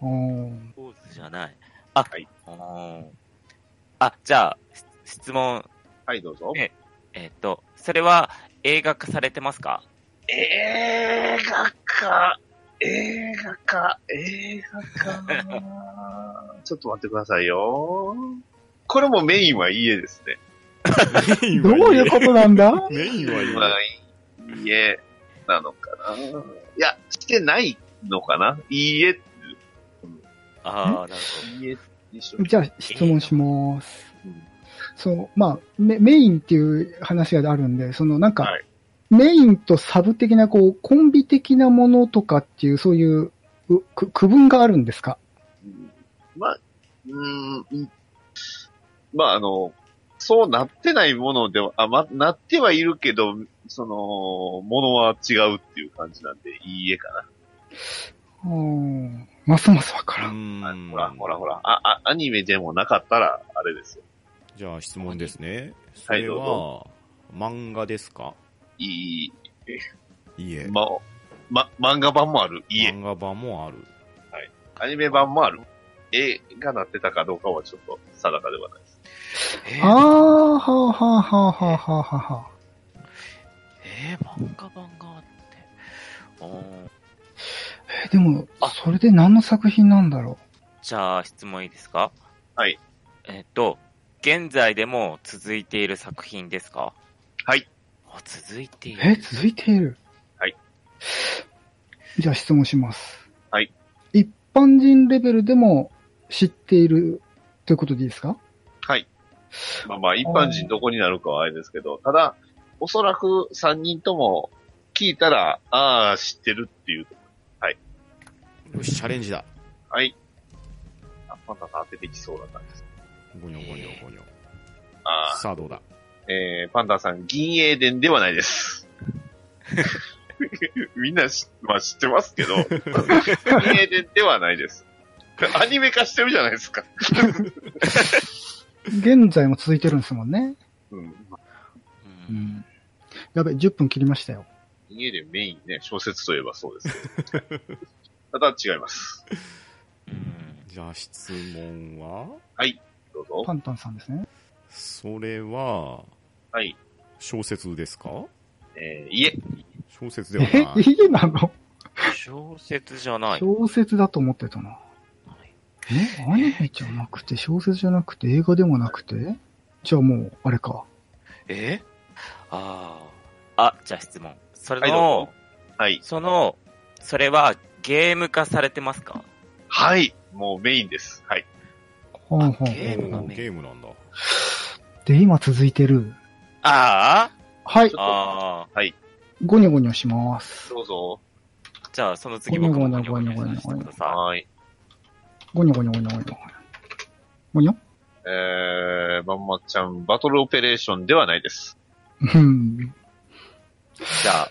B: うん
A: ポーズじゃない。あ、
C: はい
A: おーあ、じゃあ、し質問。
C: はい、どうぞ。
A: ええーっと、それは映画化されてますか
C: 映画か、映画か、映画か。 *laughs* ちょっと待ってくださいよ。これもメインは家ですね。
D: メイン
B: どう
D: はいい。
B: いうことなんだ
D: メインはいい。
C: まあ、家なのかな。いや、してないのかな。家、
A: ああ、なる
C: 家一緒
B: じゃあ質問します
C: うん。
B: そう、まあメ、メインっていう話があるんで、そのなんか、
C: はい
B: メインとサブ的な、こう、コンビ的なものとかっていう、そういう、うく区分があるんですか
C: まあ、うーん、まああの、そうなってないものでは、あ、ま、なってはいるけど、その、ものは違うっていう感じなんで、いい家かな。
B: うんますますわからん。
C: あ
D: ほ
C: ほら、ほら、ほら。。あ、あ、アニメでもなかったら、あれですよ。
D: じゃあ、質問ですね。そ
C: はい
D: れは、漫画ですか
C: い
D: いいえ
C: い、。ま、ま、漫画版もある。いいえ。
D: 漫画版もある。
C: アニメ版もある。絵がなってたかどうかはちょっと定かではないです。
B: あ
A: ほど。
B: あ、はあ、はあ、はあ、はあ、はあ、はあ。
A: えー、えー漫画版があって。おー
B: えでも
A: あ、
B: それで何の作品なんだろ。
A: じゃあ、質問いいですか
C: はい。
A: えーっと、現在でも続いている作品ですか
C: はい。
A: あ続いていうる。
B: え、続いている。
C: はい。
B: じゃあ質問します。
C: はい。
B: 一般人レベルでも知っているということでいいですか
C: はい。まあまあ、一般人どこになるかはあれですけど、ただ、おそらく3人とも聞いたら、ああ、知ってるっていう。
D: よし、チャレンジだ。
C: はい。あ、パンタさん当ててきそうな感じです。
D: ゴニョゴニョゴニョ。
C: あ
D: さあ、どうだ。
C: あ、えー、パンダさん、銀英伝ではないです。 *laughs* みんなし、まあ知ってますけど、銀英伝ではないです。アニメ化してるじゃないですか。
B: 現在も続いてるんですもんね。
C: うん。
A: う
B: うんん。やべ、10分切りましたよ。
C: 銀英伝メインね、小説といえばそうですけど。ただ違います。
A: うん
D: じゃあ、質問は
C: どうぞ。
B: パンタンさんですね。
D: それは、
C: はい。
D: 小説ですか
C: えー、いえ、
D: 小説では
B: え *laughs*
D: な、い。
B: 家なの
A: 小説じゃない。
B: 小説だと思ってたな。えアニメじゃなくて、小説じゃなくて、映画でもなくてじゃあもう、あれか。
A: えああ。あ、じゃあ質問。それ
C: はい、どう
A: の
C: ぞ、。はい。
A: その、それはゲーム化されてますか
C: はい。もうメインです。はい。
B: ほんほん。
A: *laughs* ゲームな
D: お
A: んだ
D: ゲームなんだ。
B: で、今続いてる。
A: あ
B: はい
C: ちょっ、
A: あ
C: と
A: ああ。
B: ゴニョゴニョします。
C: どうぞ。
A: じゃあ、その次僕もゴニョゴニョさせてくださ
C: はい。
B: ゴニョゴニョゴニョゴニョゴニョ。ゴニョ
C: えー、まんまちゃん、バトルオペレーションではないです。
B: うん。
A: じゃあ、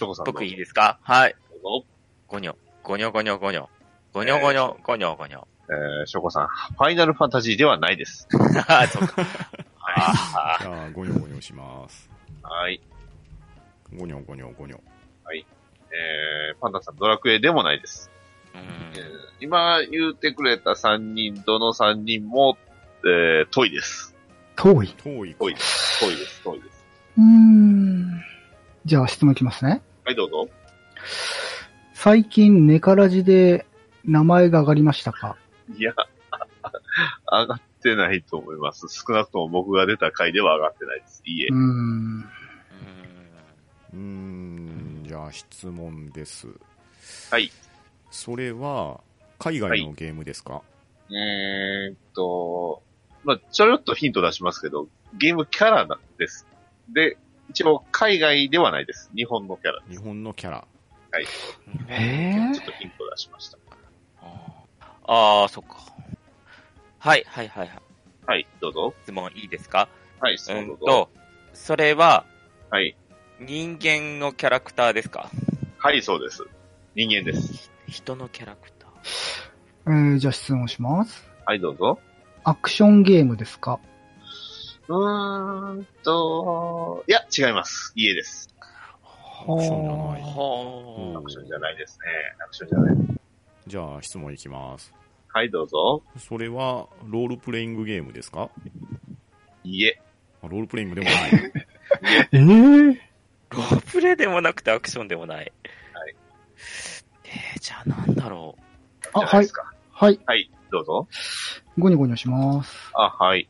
C: どこさん
A: 僕いいですかはい。
C: どうぞ
A: ゴニョ、ゴニョゴニョゴニョ。ゴニョゴニョ、ゴニョゴニョ。
C: えー、しょこさん、ファイナルファンタジーではないです。
A: *laughs* ああ、そうか。あ
D: じゃあ、ゴニョゴニョします。
C: はい。
D: ゴニョゴニョゴニョ。
C: えー、パンダさん、ドラクエでもないです。
A: ーう
C: えー
A: ん
C: 今言ってくれた3人、どの3人も、えー、遠いです。
B: 遠い。
D: 遠い。
C: 遠いです。遠いです。遠いです。
B: うーん。じゃあ質問いきますね。
C: はい、どうぞ。
B: 最近、ネカラジで名前が上がりましたか
C: いや、 *laughs* 上がってないと思います。少なくとも僕が出た回では上がってないです。いいえ
B: うー。ん。
D: うーん、じゃあ質問です。
C: はい。
D: それは、海外のゲームですか、
C: えーっと、まあ、ちょろっとヒント出しますけど、ゲームキャラなんです。で、一応海外ではないです。日本のキャラ。
D: 日本のキャラ。
B: え
C: ちょっとヒント出しました。
A: ああ、そっか。はい、はい、はい、はい。
C: はい、どうぞ。
A: 質問いいですか
C: はい、そううど
A: ん
C: うぞ。
A: と、それは
C: はい。
A: 人間のキャラクターですか
C: はい、そうです。人間です。
A: 人のキャラクター。
B: えー、じゃあ質問します。
C: はい、どうぞ。
B: アクションゲームですか
C: うーんと、いや、違います。家です。
D: アクションじゃない。
A: は
C: アクションじゃないですね。アクションじゃない。
D: じゃあ質問いきます。
C: はい、どうぞ。
D: それは、ロールプレイングゲームですか
C: 家。
D: あロールプレイングでもない。
B: えー、
A: ロープレイでもなくてアクションでもない。
C: はい。
A: えー、じゃあなんだろう。
B: あ、
C: じゃない
B: は
C: で
B: い
C: す。か。
B: はい。
C: はい、どうぞ。
B: ゴニョゴニョします。
C: あ、はい。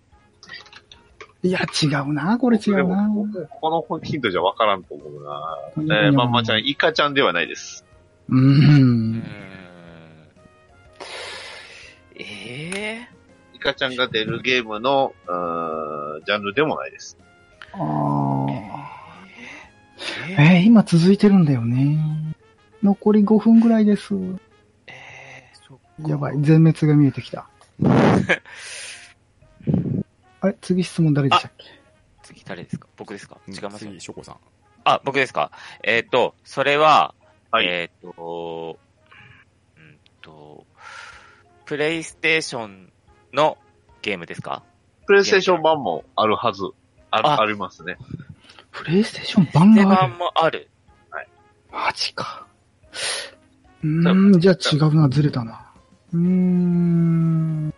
B: いや、違うな。これ違うな。
C: 僕でもここのヒントじゃわからんと思うな。
B: ゴニョゴニ
C: え
B: ョ
C: ー、まんまちゃん、。イカちゃんではないです。
B: うー
A: うー
B: ん。
A: ん。え
C: イカちゃんが出るゲームの、うーんジャンルでもないです。
B: あ
A: ー、
B: ー。
A: えー、
B: えー、今続いてるんだよね。残り5分ぐらいです。
A: えー、そっか。
B: やばい。全滅が見えてき
C: *laughs*
B: た。あれ次質問誰でしたっけ
A: 次誰ですか僕ですか違います
D: 次、ショコさん。
A: あ、僕ですかえーっ、と、それは、
C: はい
A: えーっ、と、うんと、プレイステーションのゲームですか
C: プレイステーション版もあるはず。ある
A: あ
C: ありますね。
B: プレイステーション版
A: 手
B: がある
A: 版。もある。
B: マジか。うーん、じゃあ違うな、ずれたな。うーん。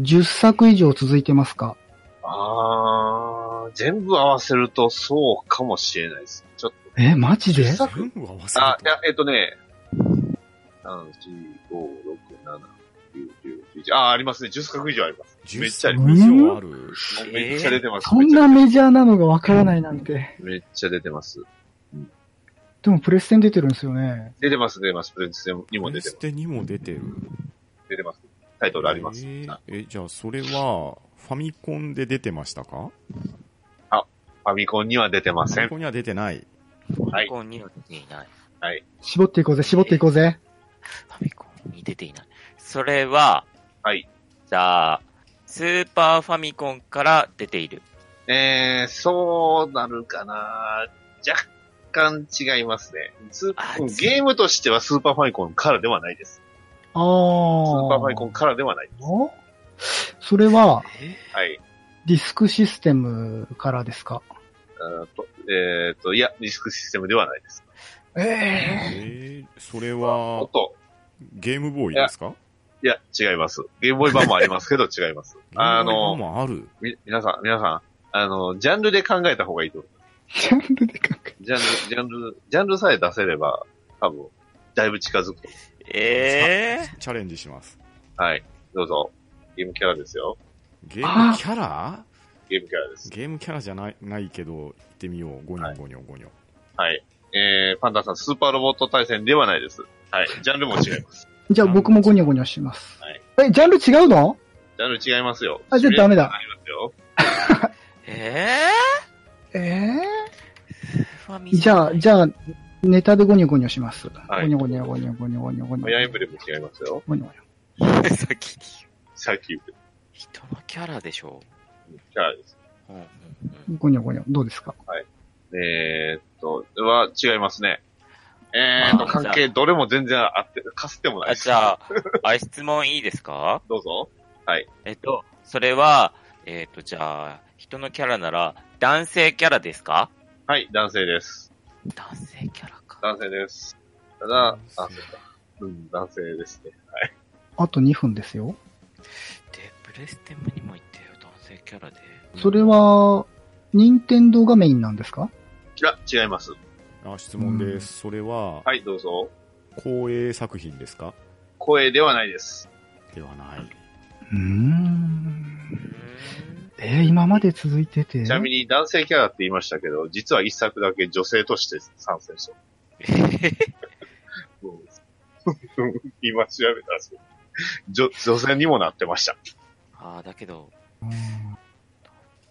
B: 10作以上続いてますか
C: あー、全部合わせるとそうかもしれないです。ちょっと。
B: え、マジで
D: 全部合わせる
C: あ、いや、えっとね、3、4、5、6、7、9、10、11。あー、ありますね。10作以上あります。
D: と
C: めっちゃあり
B: ま
D: 10以上ある。
C: ます。
A: えー
C: めっちゃ出てます。
B: そんなメジャーなのがわからないなんて。
C: めっちゃ出てます。
B: でもプレステに出てるんですよね。
C: 出てます、出てます。プレイステにも
D: プレ
C: 出て
D: ス
C: ます。
D: テにも出てる。
C: 出てます。タイトルあります。
D: えー
C: あ
D: え、じゃあそれは、ファミコンで出てましたか
C: ファミコンには出てま
D: フ
C: せ
D: ァミ
C: ん。
D: コンには出てない。
A: ファ
C: はい
A: ミコンには出ていない。
B: 絞っていこうぜ、絞っていこうぜ。
A: ファミコンに出ていない。それは、
C: はい。
A: じゃあ、スーパーファミコンから出ている。
C: えー、そうなるかな若干違いますね。スー
A: あ
C: うん
A: 違う
C: ゲームとしてはスーパーファミコンからではないです。
B: あ
C: ス
B: ー。
C: ーパーファミコンからではない。
B: おそれは、
A: え
C: はい。
B: ディスクシステムからですか
C: あーとえっ、と、いや、ディスクシステムではないです。
B: え
D: えー、それ
C: お
D: は
C: っ、と、
D: ゲームボーイですか
C: いや、違います。ゲームボーイ版もありますけど違います。あ
D: *laughs* ゲームボーイ
C: の、
D: もある。
C: み、皆さん、皆さん、あの、ジャンルで考えた方がいいと思う。
B: ー。ジャンルで書く。
C: ジャンル、ジャンル、ジャンルさえ出せれば、多分、だいぶ近づくと思
A: え
D: チャレンジします。
C: う。はい。どうぞ。ゲームキャラですよ。
D: ゲームキャラ
C: ゲームキャラです。
D: ゲームキャラじゃないないけど、行ってみよう。ゴニ
C: は
D: ョゴニョゴニョ。
C: はい。えー、パンダさん、スーパーロボット対戦ではないです。はい。ジャンルも違います。
B: じゃあ僕もゴニョゴニョします。
C: はい
B: え、ジャンル違うの
C: ジャンル違いますよ。
B: あじゃあダメだ
C: ありますよ。
A: え
B: ええ
A: ー、ファミ
B: じゃあ、じゃあ、ネタでゴニョゴニョします。
C: はい
B: ゴニョゴニョゴニョゴニョゴニョゴニョ。
C: マイアイブレム違いますよ。
B: ゴニョゴニョ。
A: 先に
C: さっき言ってた
A: 人のキャラでしょ
C: キャラです。
A: う。うんうん
B: ゴニョゴニョ。どうですか
C: えー、っと、は違いますね。えー、っと、
A: あじゃあ
C: 関係どれも全然あって、かすってもない
A: あ
C: です
A: じゃあ、あ、質問いいですか
C: どうぞ。
A: えっと、それは、えっと、じゃあ、人のキャラなら、男性キャラですか
C: はい、男性です。
A: 男性キャラか。
C: 男性です。ただ、あ、そうか。うん、男性ですね。
B: あと2分ですよ。
A: で、プレステムにも言ってよ、男性キャラで。
B: それは、任天堂がメインなんですか
C: いや、違います。
D: あ質問です。それは、
C: はい、どうぞ。
D: 公営作品ですか
C: 声ではないです。
D: ではない。
B: うーん。
A: うーん
B: えー今まで続いてて。
C: ちなみに男性キャラって言いましたけど、実は一作だけ女性として参戦した。うん *laughs* 今調べたらそう女、女性にもなってました。
A: *laughs* ああ、だけど、
B: うん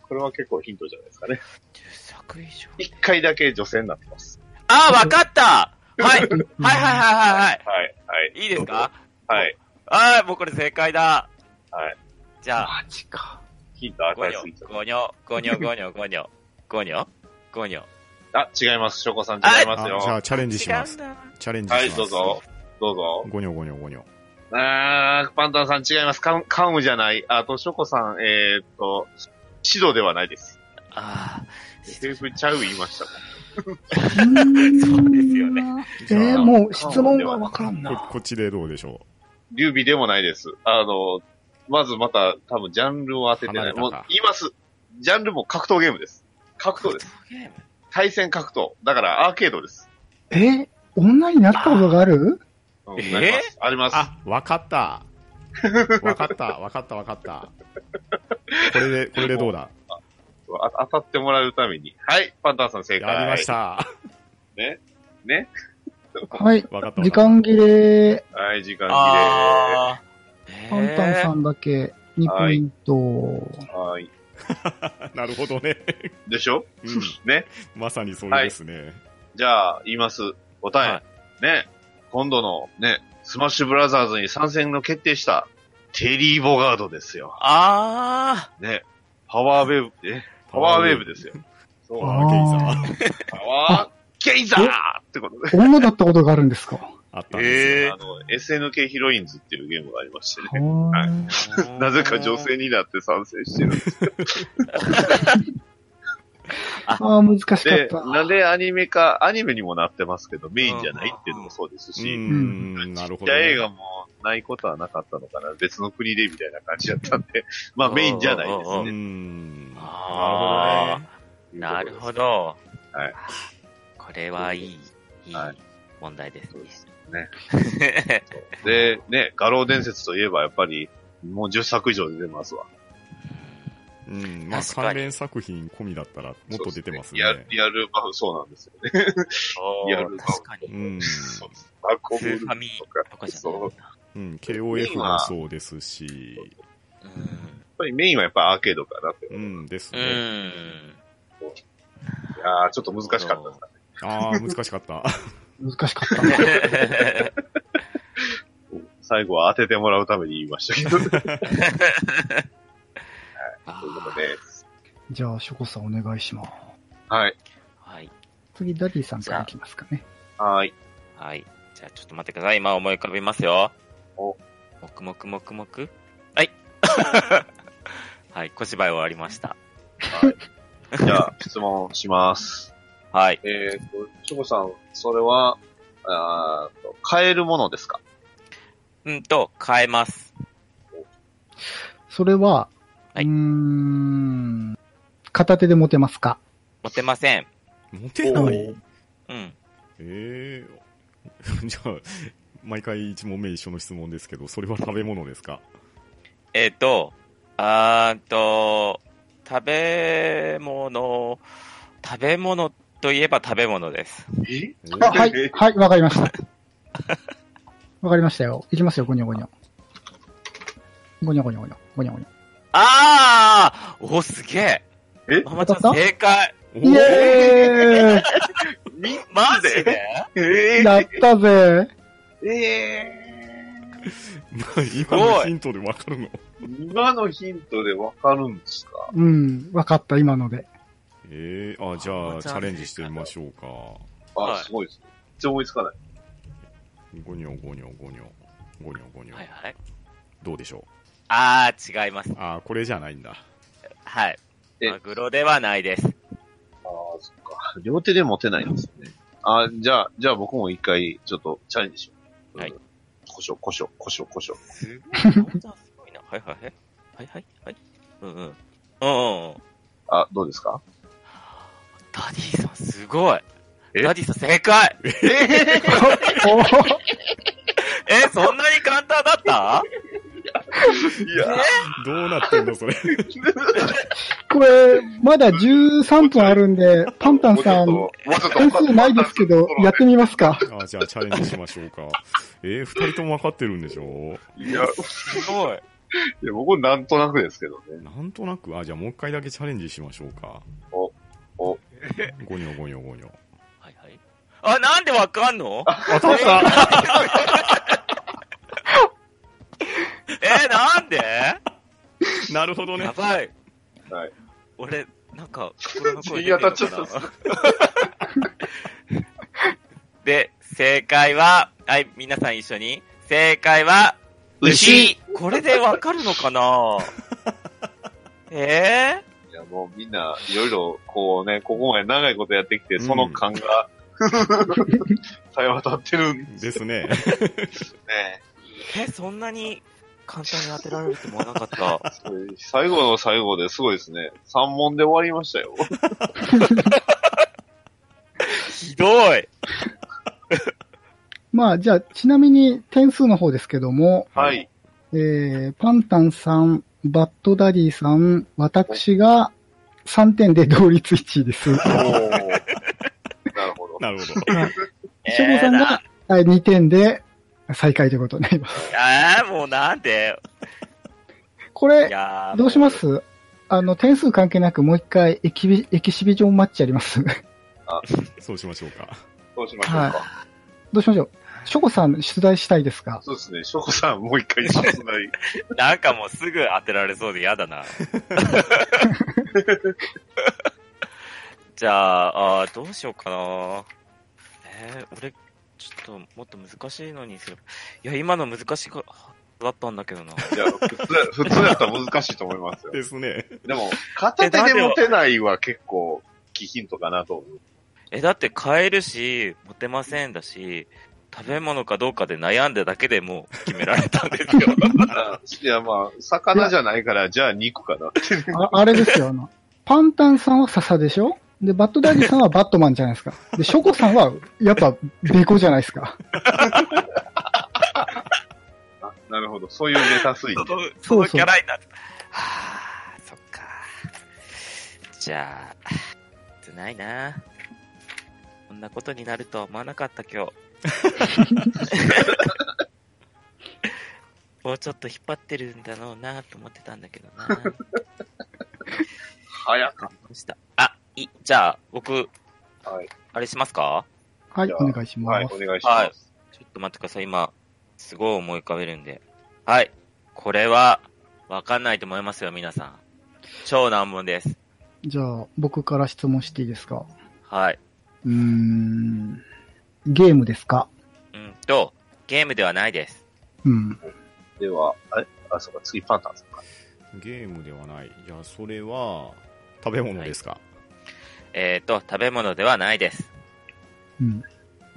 C: これは結構ヒントじゃないですかね。
A: 10作以上
C: 一回だけ女性になってます。
A: ああ、わかった *laughs* はい、はいはいはいはいは
C: はい、はい、
A: い。いいですか
C: はい。
A: ああ、もうこれ正解だ。
C: はい。
A: じゃあ、
B: マジか。
C: ヒント与
A: ゴ
C: え
A: ニ
C: すぎち
A: ョ、
C: ゃ
A: ゴニョ、ゴニョ、ゴニョ、ゴニョ、ゴニョ、ゴニョ。
C: う。あ、違います。翔子さん違い
D: あ
C: ますよ。
D: じゃあ、チャレンジし
A: 違
D: ま
A: うん
D: す。
A: だ。
D: チャレンジします。
C: はい、どうぞ。。どうぞ。
D: ごにょごにょごにょ。
C: あー、パンタンさん違います。カンカウじゃない。あと、翔子さん、えー、っと、シドではないです。
A: ああ、
C: SF ちゃう言いましたもん。
A: そう
B: う
A: ですよね。
B: えーもう質問がわからん
D: こ
B: な。
D: こっちでどうでしょ
C: 劉備でもないです。あの、まずまた、多分ジャンルを当ててな
D: 離
C: い。
D: れたか
C: もう、言います。ジャンルも格闘ゲームです。格闘です。
A: ゲーム
C: 対戦格闘。だから、アーケードです。
B: えー女になったことがある
C: うん
A: えー
C: なりますあり
D: う
C: ます。
D: あ、わかった。わかった、わかった、わかった。これで、これでどうだ
C: あ当たってもらうために。はい、パンタンさん正解。
D: やりました。
C: ね。
B: はい。
D: わかった。
B: 時間切れ、
C: はい、時間切
A: ああ。
B: パンタンさんだけ2ポイント。
C: れ。はい。
D: なるほどね。
C: でしょ
D: うん
C: ね。
D: まさにそれですね。
C: じゃあ、言います。答え。
A: は
C: ね。今度の、ね、スマッシュブラザーズに参戦の決定した、テリー・ボガードですよ。
A: あ
C: ね。パワーウェーブ、えパワーウェーブですよ。そう
D: パ。ワーゲイザー。
C: パワーゲイザーってことで。
B: 女だったことがあるんですか
D: あったんですよ。
A: え
C: あの、SNK ヒロインズっていうゲームがありましてね。
B: はい
A: あ。
C: *laughs* なぜか女。性になって参戦してるんです。
B: ああ、難しかっ
C: で、
B: た。
C: なんでアニメか、アニメにもなってますけど、メインじゃないっていうのもそうです
D: う
C: し、
D: ー
C: じ
D: ん、なるほど、
C: ゃあ
D: ね。
C: 映画もないことはなかったのかな、別の国でみたいな感じだったんで、 *laughs* まあメインじゃないです
A: う
D: う
C: ね。
D: ーん。
A: あ
C: ということで
A: なるほ。ど。
C: はい。
A: これはいい、いい
C: はい
A: 問題です
C: そう
A: ね
C: で。すね。
A: *laughs*
C: で、ね、画廊伝説といえばやっぱり、もう10作以上出てますわ。
D: うん。まあ、
A: 確かに
D: 関連作品込みだったら、もっと出てますね。
C: そうですリアリアルバウ、そうなんですよね。
A: おー
C: リアルな
A: 確か
D: う
A: に。
D: ん。
C: そうですバコ
A: ス
C: ブル
A: ー
C: と
A: ファミとか
C: か、
A: じゃない
C: そう。やっ
D: うん。KOF もそうですし、
A: うん。
C: ぱりメインはやっぱアーケードかなって。
D: う
C: い
D: んです
A: う
D: ね。
A: ん。
C: やーちょっと難しかったですね。
D: ああ、難しかった。
B: 難しかった。
A: *laughs*
C: 最後は当ててもらうために言いましたけど。ということ
A: *laughs* は
C: で、
B: じゃあ、ショコさんお願いします。
C: *laughs* はい。
A: い。
B: 次、ダディさんからいきますかね。
C: はい。
A: はい。じゃあちょっと待ってください。今思い浮かびますよ。
C: お。
A: もくもくもくもく。はい。 *laughs* はい。小芝居終わりました。
C: じゃあ、質問します。
A: はい。
C: えっ、と、チョコさん、それは、あーと買えるものですか
A: うんと、変えます。
B: それは、
A: はいう
B: ーん、片手で持てますか
A: 持てません。
D: モテない
A: うん。
D: ええ *laughs* じゃあ、毎回1問目一緒の質問ですけど、それは食べ物ですか
A: えっ、と、あーんと、食べ物、食べ物といえば食べ物です。
C: え
B: あ、は
C: え
B: い、はい、わかりました。 *laughs* わかりましたよ。いきますよ、ゴニョゴニョ。ゴニョゴニョゴニョ、ゴニョゴニ
A: あーお、すげえ。
C: え
A: ママちゃん正解。
D: お
B: ョ。イエーイ
C: み、
A: マジで
C: え
B: やったぜ。
C: ええ
D: 今のヒントでわかるの
C: ー今のヒントでわかるんですか
B: うん。わかった、今ので。
D: ええあ、じゃ
A: あ
D: あ、チャレンジしてみましょうか。
C: あ、
A: はい
C: すごいですね。全然思いつかない。
D: ごにょごにょごにょ。ごにょごにょ
A: は。いはい。
D: どうでしょ
A: あー、違います
D: う。あー、これじゃないんだ。
A: はい。
C: え
A: マグロではないです。
C: ああ、そっか。両手で持てないんですね。あじゃあ、じゃあ僕も一回、ちょっとチャレンジしよう。
A: はい。
C: 故障、故障、故障、故障。
A: すごい。すごいな。 *laughs* はいはいはい。はいはいはい。うんうん。うんうんうん。
C: あ、どうですか
A: ダディさんすごい。
C: え
A: ダディさん正解え
B: お
A: そんなに簡単だ *laughs* った
C: いや、
D: どうなってんの、それ。 *laughs*
B: これ、まだ13分あるんで、パンタンさん、
C: もうちょっと、も
B: 点
C: うちょっ
B: 数
C: と
B: ないですけど、やってみますか。 *laughs*
D: あー、じゃあ、チャレンジしましょうか。えー、二人ともわかってるんでしょ
C: いや、い
A: すごい。
C: や僕なんとなくですけどね。
D: なんとなく、あ、じゃあもう一回だけチャレンジしましょうか。
C: おお
D: *laughs* ごにょごにょごにょ。
A: はいはい。あ、なんでわかんの
D: 当たった
A: え、な
B: *laughs*
A: んで
D: なるほど
A: や
D: ね。
A: ばい。
C: はい。
A: 俺、なん
C: *laughs*
A: か、心の声出て
C: 当たっちゃ
A: る
C: っ
A: の
C: た
A: かなで、正解は、はい、皆さん一緒に。正解は、牛これでわかるのかなえ
C: いや、もうみんな、いろいろ、こうね、ここまで長いことやってきて、その感が、さえ渡ってるんで
D: ですね。 *laughs*
C: すね。
A: ー、え、そんなに簡単に当てられると思わな
C: *laughs*
A: かった。
C: 最後の最後ですごいですね。3問で終わりましたよ。
A: ひどい。
B: まあ、じゃあ、ちなみに点数の方ですけども、
C: はい。
B: えー、パンタンさん、バッドダディさん、私が3点で同率1位です。
C: おーなるほど。
D: なるほど。
B: しょぼさんがはい2点で最下位ということになります。
A: えーなあー、もうなんで
B: これ
A: い、やー
B: どうしますあの、点数関係なくもう一回エキビエキシビジョンマッチやります *laughs*
D: そうしましょ
C: *laughs*
D: うか。
C: どうしましょうか。
B: はどうしましょうショコさん出題したいですか
C: そうですね。ショコさん、もう一回出題。
A: なんかもうすぐ当てられそうで嫌だな。じゃああー、どうしようかな。えー、俺、ちょっともっと難しいのにする。いや、今の難しかったんだけどな。
C: いや、普通、普通だったら難しいと思いますよ。
D: ですね。
C: でも、片手で持てないは結構、貴ヒントかなと思う。
A: え、だって買えるし、持てませんだし、食べ物かどうかで悩んだだけでもう決められたんですよ。
C: いや、まあ、魚じゃないから、じゃあ肉かな。
B: ああれですよ、あの、パンタンさんは笹でしょで、バッドダディさんはバットマンじゃないですか。で、ショコさんは、やっぱ、ベコじゃないですか。
C: あなるほど。そういうネタ推
A: そ
C: 理。
A: の、そ
B: そう
A: のキャラになってた。はあ、そっか。じゃあ、つないな。こんなことになるとは思わなかっ
C: *laughs*
A: た今日。もうちょっと引っ張ってるんだろうなと思ってたんだけどな。ど
C: 早かっ
A: うしたあ、い、じゃあ、僕、
C: た。はい。
A: あれしますか
B: はい、
C: じゃ
B: お
C: あ
B: 願いし
C: はい、
B: ま
C: お
B: す。
C: 願いし
A: は
C: ま
A: い
C: す。
A: ちょっと待ってください、今、すごい思い浮かべるんで。はい。これは、わかんないと思いますよ、皆さん。超難問です。
B: じゃあ、僕から質問していいですか
A: はい。
B: うーん、ゲームですか
A: うんと、ゲームではないです。
B: うん。
C: では、あれあ、そうか、次パンタンさんか。
D: ゲームではない。いや、それは、食べ物ですか。
A: えっ、と、食べ物ではないです。
B: うん。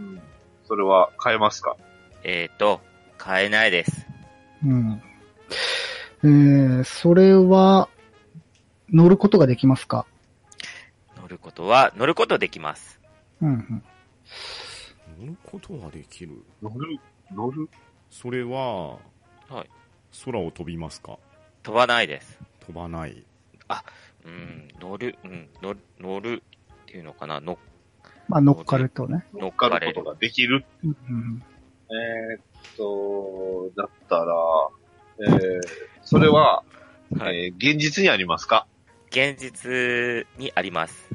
C: うん。それは、変えますか
A: えっ、と、買えないです。
B: うん。えー、それは、乗ることができますか
A: 乗ることは、乗ることできます。
B: うん、うん。
D: 乗ることはできる。
C: 乗る乗る
D: それは、
A: はい。
D: 空を飛びますか
A: 飛ばないです。
D: 飛ばない。
A: うん、乗る、うん、乗る、乗るっていうのかな、乗
B: まあ、乗っかるとね。
A: 乗っ
C: 乗
A: か
C: っか
A: れ
C: る
A: る
C: ことができる。
B: うんうん、
C: えー、っと、だったら、えー、それは、
A: はい
C: えー現実にありますか。
A: 現実にあります。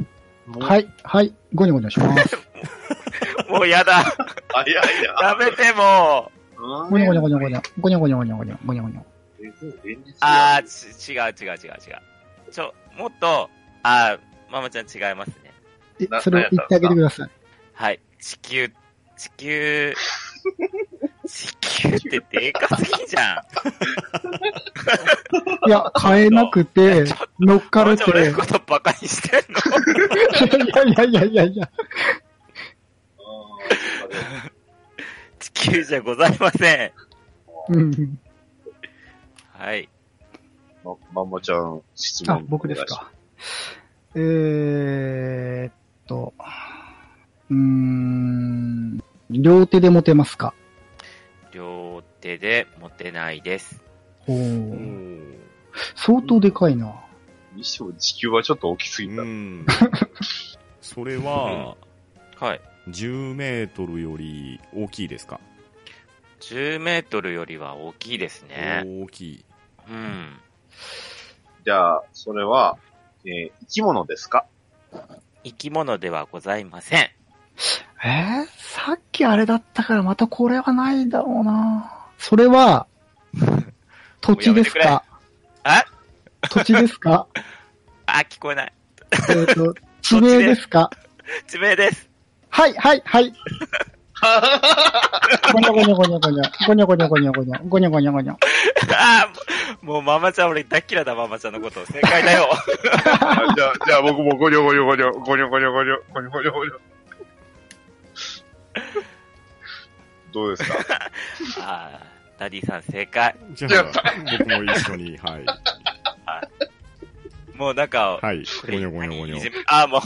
B: はいい、 *laughs* はい、ゴニョゴニョします。
A: もうやだ。
C: 早いな。
A: やめてもう。
C: うん
B: ゴニョゴニョゴニョゴニョ。ゴニョゴニョゴニョゴニョ。ゴニョゴニョ。
A: あ
C: あ
A: ー、ち、違う違う違う違う。ちょ、もっと、あー、ママちゃん違いますね。
B: え
C: な
B: それを言ってあげてください。
A: はい。地球、地球、地球ってでかすぎじ *laughs* ゃん。
B: いや、変えなく *laughs* て、乗っか
A: マ
B: れ
A: ジ
B: て。い
A: 俺のことバカにしてんの *laughs*
B: や *laughs* いやいやいやいや。
A: 地球じゃございません。
B: うん。
A: はい。
C: ま、まんまちゃん、質問
B: あ、。僕です。か。えーっと、うーん、両手で持てますか
A: 両手で持てないです。
B: お
D: う
B: ー
D: ん。
B: 相当でかいな。
C: にしても地球はちょっと大きすぎた。 *laughs*
D: うん。それは、
A: はい。
D: 10メートルより大きいですか
A: 10メートルよりは大きいですね。
D: 大きい。
A: うん。
C: じゃあ、それは、えー生き物ですか
A: 生き物ではございません。
B: えー、さっきあれだったからまたこれはないだろうな。それ *laughs* は、土地です
A: もうや
B: か
A: あ
B: 土地です *laughs* か
A: あ、聞こえない。
B: えーっと、地名ですか
A: 地名です。
B: はい、はい、はい。 *laughs* ごにょごにょごにょごにょ。ごにょごにょごにょごにょ。ごにょごにょごにょ。
A: あー *laughs* もうママちゃん俺大っ嫌いだママちゃんのこと。正解だよ。
C: *laughs* あじゃあ、じゃあ僕もゴニョゴニョゴニョ、ゴニョゴニョゴニョ、ゴニョゴニョゴニョ。どうですか
A: *laughs* あーダディさん正解。
D: じゃ
C: や
D: あ
C: っ、
D: 僕も一
C: *laughs*
D: 緒に、はい。
A: もうなんか、
D: はい。
A: こ
D: ご
A: れ
D: にょごにょごにょ
A: いじ。めあーもう。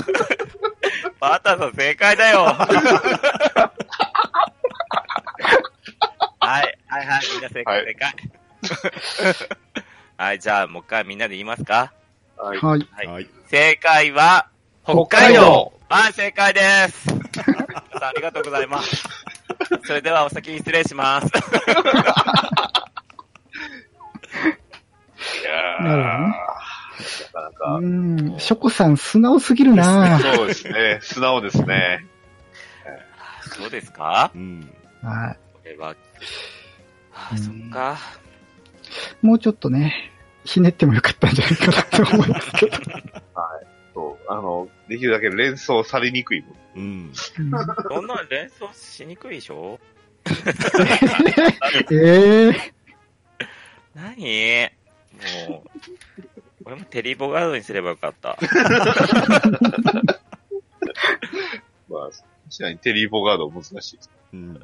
A: *laughs* バーターさん正解 *laughs* だよ。はい、はい、はい、みんな正解、
C: はい
A: 正解。はい、じゃあもう一回みんなで言いますか。
C: はい。
B: はい。
A: い
D: はい。
A: 正解は、北海道はい、正解です *laughs* 皆さんありがとうございます。それではお先に失礼します。
C: いやー
B: なるほどね
C: なかな
B: う
C: か、
B: ーん、ショコさん素直すぎるな
C: そうですね。素直ですね。
A: どうですか
D: うん。
B: は
A: これは、あー、そっか。
B: い。もうちょっとね、ひねってもよかったんじゃないかなと思いますけど。
C: そう。あの、できるだけ連想されにくいもん。
D: う
C: *laughs*
D: ん。
B: うん
A: そんなん連想しにくいでしょ
B: ええ
A: 何もう、俺もテリーボガードにすればよかっ
C: ま
A: た。
C: あ、確かにテリーボガード難しいです。
D: うん。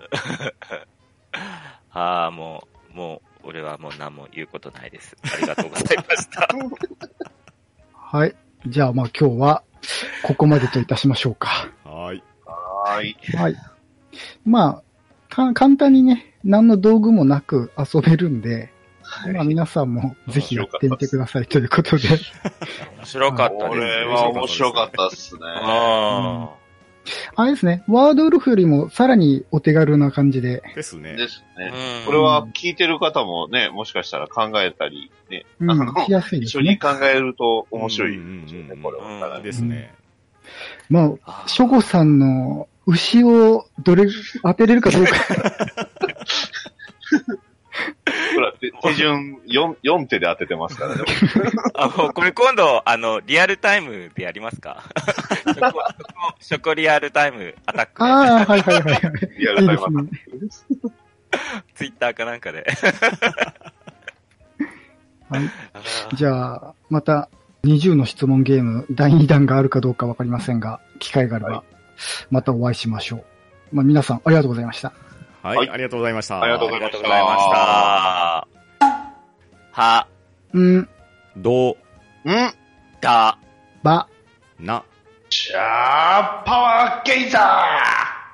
A: ああ、もう、もう、俺はもう何も言うことないです。ありがとうございま
C: *laughs*
A: した。
B: はい。じゃあまあ今日は、ここまでといたしましょうか。
D: はい。
C: はい。
B: はい。まあ、か簡単にね、何の道具もなく遊べるんで、まあ皆さんもぜひやってみてくださいということで。
A: 面白かった
C: こ
A: です
C: れ
A: ね。
C: は面白かったっすね。
A: あ
B: あれですね、ワードウルフよりもさらにお手軽な感じで。
D: ですね。
C: です
A: あ。
C: ね。
A: うん
C: これは聞いてる方もね、もしかしたら考えたり、ね、
B: うん、
C: あの
B: 聞きやすいで
C: 一
B: す
C: 緒に
B: ね。
C: 考えると面白い
D: うん
C: ですよ
D: うんう
C: ね、
D: ん
C: これは。だから
A: う
C: ね
A: ん
D: ですね。
B: まあ、
A: あー
B: ショゴさんの牛をどれ、当てれるかどうか。
C: ほら、手手順4、四手で当ててます
B: *laughs*
C: からね。
A: あ、もうこれ今度、あの、リアルタイムでやりま
C: *laughs*
A: すかショコショコリアルタイムアタック
B: *laughs*
A: で、
B: ああ、はいはいはいはい。
C: リア
B: い
C: ル
B: い
C: タイム
B: で
C: アタッ
B: すね。
A: ツイッターかなんかで。
B: はい
A: あ
B: じゃあ、また20の質問ゲーム第2弾があるかどうかわかりませんが、機会があれ
C: は
B: ば、またお会いしましょう。まあ皆さんありがとうございました。
D: は。
C: はいい
D: ありがとうございました。
C: ありがとう
A: ー
C: ご
A: あ
C: ざいま
A: りがとう
C: し
A: ございましたた。は、
B: うん、
D: ど
C: ー。ん
A: だ、
B: ば、
D: うな。
C: シャーパワーゲイザー